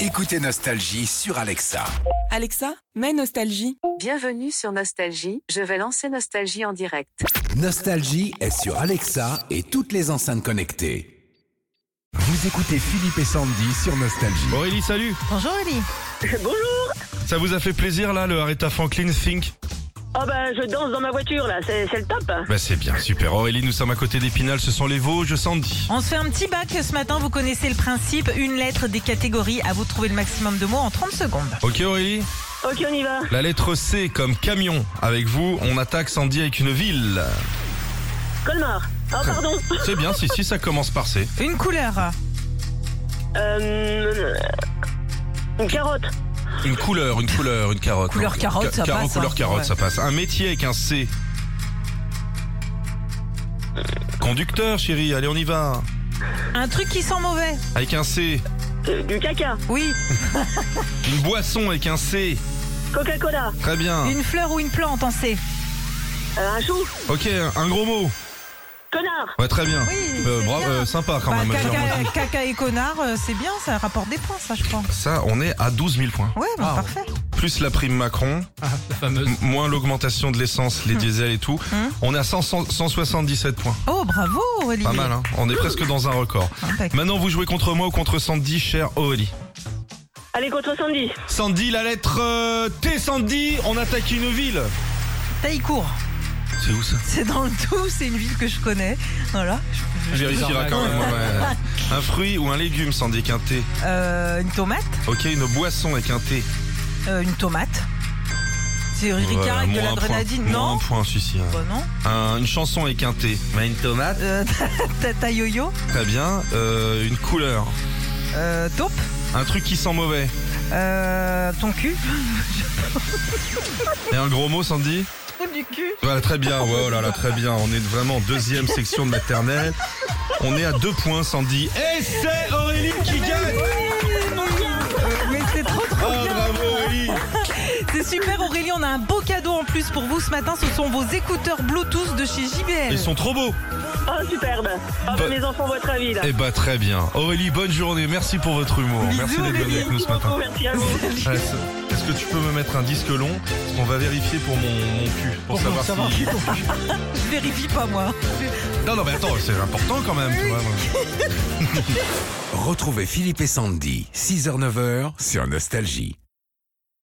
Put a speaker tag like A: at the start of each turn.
A: Écoutez Nostalgie sur Alexa.
B: Alexa, mets Nostalgie.
C: Bienvenue sur Nostalgie, je vais lancer Nostalgie en direct.
A: Nostalgie est sur Alexa et toutes les enceintes connectées. Vous écoutez Philippe et Sandy sur Nostalgie.
D: Aurélie, salut
E: Bonjour Ellie.
D: Ça vous a fait plaisir là, le Aretha Franklin Think
F: Oh bah je danse dans ma voiture là, c'est c'est le top.
D: Bah c'est bien, super. Aurélie, nous sommes à côté d'Épinal, ce sont les Vosges, Sandy.
E: On se fait un petit bac ce matin, vous connaissez le principe, une lettre des catégories, à vous de trouver le maximum de mots en 30 secondes.
D: Ok Aurélie
F: Ok on y va.
D: La lettre C comme camion. Avec vous, on attaque Sandy avec une ville.
F: Colmar. Oh pardon.
D: C'est bien, si, si, ça commence par C.
E: Une couleur,
F: Euh, une carotte.
D: Une couleur, une couleur, une carotte.
E: Couleur
D: Non,
E: carotte, ça
D: carreau,
E: passe,
D: couleur
E: hein.
D: carotte,
E: Ouais.
D: ça passe. Un métier avec un C. Conducteur, chérie, allez, on y va.
E: un truc qui sent mauvais.
D: Avec un C.
F: euh, Du caca.
E: Oui,
D: Une boisson avec un C.
F: Coca-Cola.
D: Très bien.
E: une fleur ou une plante en C.
F: euh, un chou.
D: Ok, un gros mot.
F: Connard.
D: Ouais, très bien.
E: Oui,
D: Euh,
E: c'est
D: bravo,
E: bien.
D: euh, sympa quand
E: Bah,
D: même.
E: caca, caca et connard, euh, c'est bien, ça rapporte des points, ça je crois.
D: Ça, on est à 12 000 points.
E: Ouais, bah, parfait.
D: Plus la prime Macron, m- moins l'augmentation de l'essence,
E: Hum.
D: les diesels et tout. On est à 100 177 points.
E: Oh, bravo Aurélie.
D: Pas mal, hein On est presque dans un record.
E: Impec.
D: Maintenant, vous jouez contre moi ou contre Sandy, cher Oli.
F: Allez contre Sandy.
D: Sandy, la lettre euh, T, Sandy, on attaque une ville.
E: Taillecourt,
D: C'est où ça
E: c'est dans le tout, c'est une ville que je connais. Voilà.
D: Vérifiera quand même. ouais. Un fruit ou un légume, Sandy, qu'un thé.
E: Euh, une tomate,
D: Ok, une boisson avec un thé.
E: euh, une tomate. C'est Ricard
D: Voilà,
E: avec de
D: moins un
E: la
D: point.
E: grenadine,
D: Moins
E: non
D: un point, celui-ci. hein.
E: Bah, non.
D: Un- une chanson avec un thé. Mais une tomate.
E: Euh, Tata yo-yo,
D: Très bien. Euh, une couleur.
E: euh, taupe.
D: Un truc qui sent mauvais.
E: Euh, ton cul
D: Et un gros mot, Sandy
E: Ton du cul
D: Voilà, très bien. Ouais, oh là là, très bien. On est vraiment en deuxième section de maternelle. On est à deux points, Sandy. Eh Et c'est Aurélie qui gagne
E: Euh, Mais c'est trop
D: Oh,
E: trop bien
D: bravo, Aurélie
E: C'est super Aurélie, on a un beau cadeau en plus pour vous ce matin, ce sont vos écouteurs Bluetooth de chez JBL.
D: Ils sont trop beaux
F: Oh superbe. Oh bah,
D: Bah-
F: mes enfants votre avis là.
D: Eh bah, très bien. Aurélie, bonne journée. Merci pour votre humour.
E: Bisous,
D: Merci d'être venu
E: Aurélie.
D: avec nous ce matin.
F: beaucoup, merci à vous.
D: Ouais, c'est- Est-ce que tu peux me mettre un disque long Parce qu'on va vérifier pour mon, mon cul. Pour, savoir, si...
E: Je vérifie pas moi.
D: Non, non, mais attends, c'est important quand même. tu vois, moi.
A: Retrouvez Philippe et Sandy, 6h-9h sur Nostalgie.